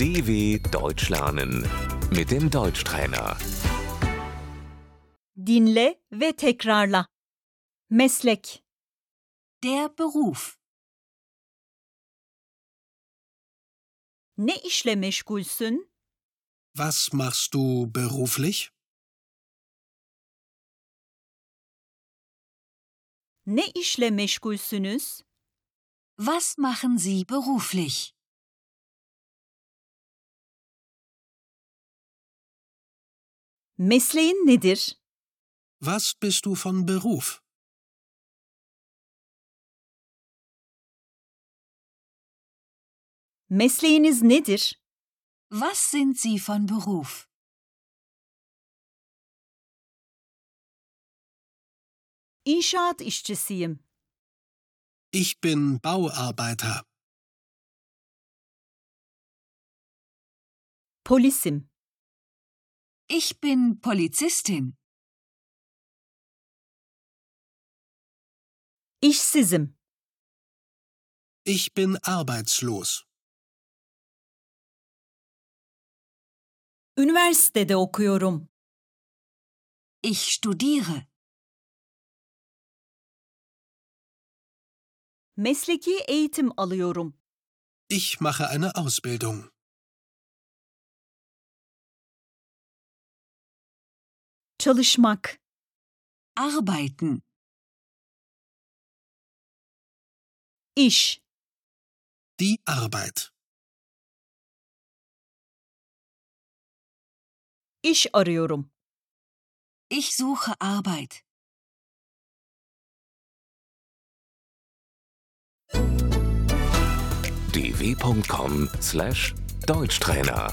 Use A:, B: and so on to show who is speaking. A: DW Deutsch lernen mit dem Deutschtrainer.
B: Dinle ve tekrarla. Meslek,
C: Der Beruf.
B: ne işle meşgulsün?
D: Was machst du beruflich?
B: Ne işle meşgulsünüz?
C: Was machen Sie beruflich?
B: Mesleğin nedir?
D: Was bist du von Beruf?
B: Mesleğiniz nedir?
C: Was sind Sie von Beruf?
B: İnşaat işçisiyim.
D: Ich bin Bauarbeiter.
B: Polisim.
C: Ich bin Polizistin.
B: İşsizim.
D: Ich bin arbeitslos.
B: Üniversitede okuyorum.
C: Ich studiere.
B: Mesleki eğitim alıyorum.
D: Ich mache eine Ausbildung.
B: Çalışmak,
C: Arbeiten.
B: iş,
D: Die Arbeit.
B: iş arıyorum.
C: Ich suche Arbeit.
A: dw.com/deutschtrainer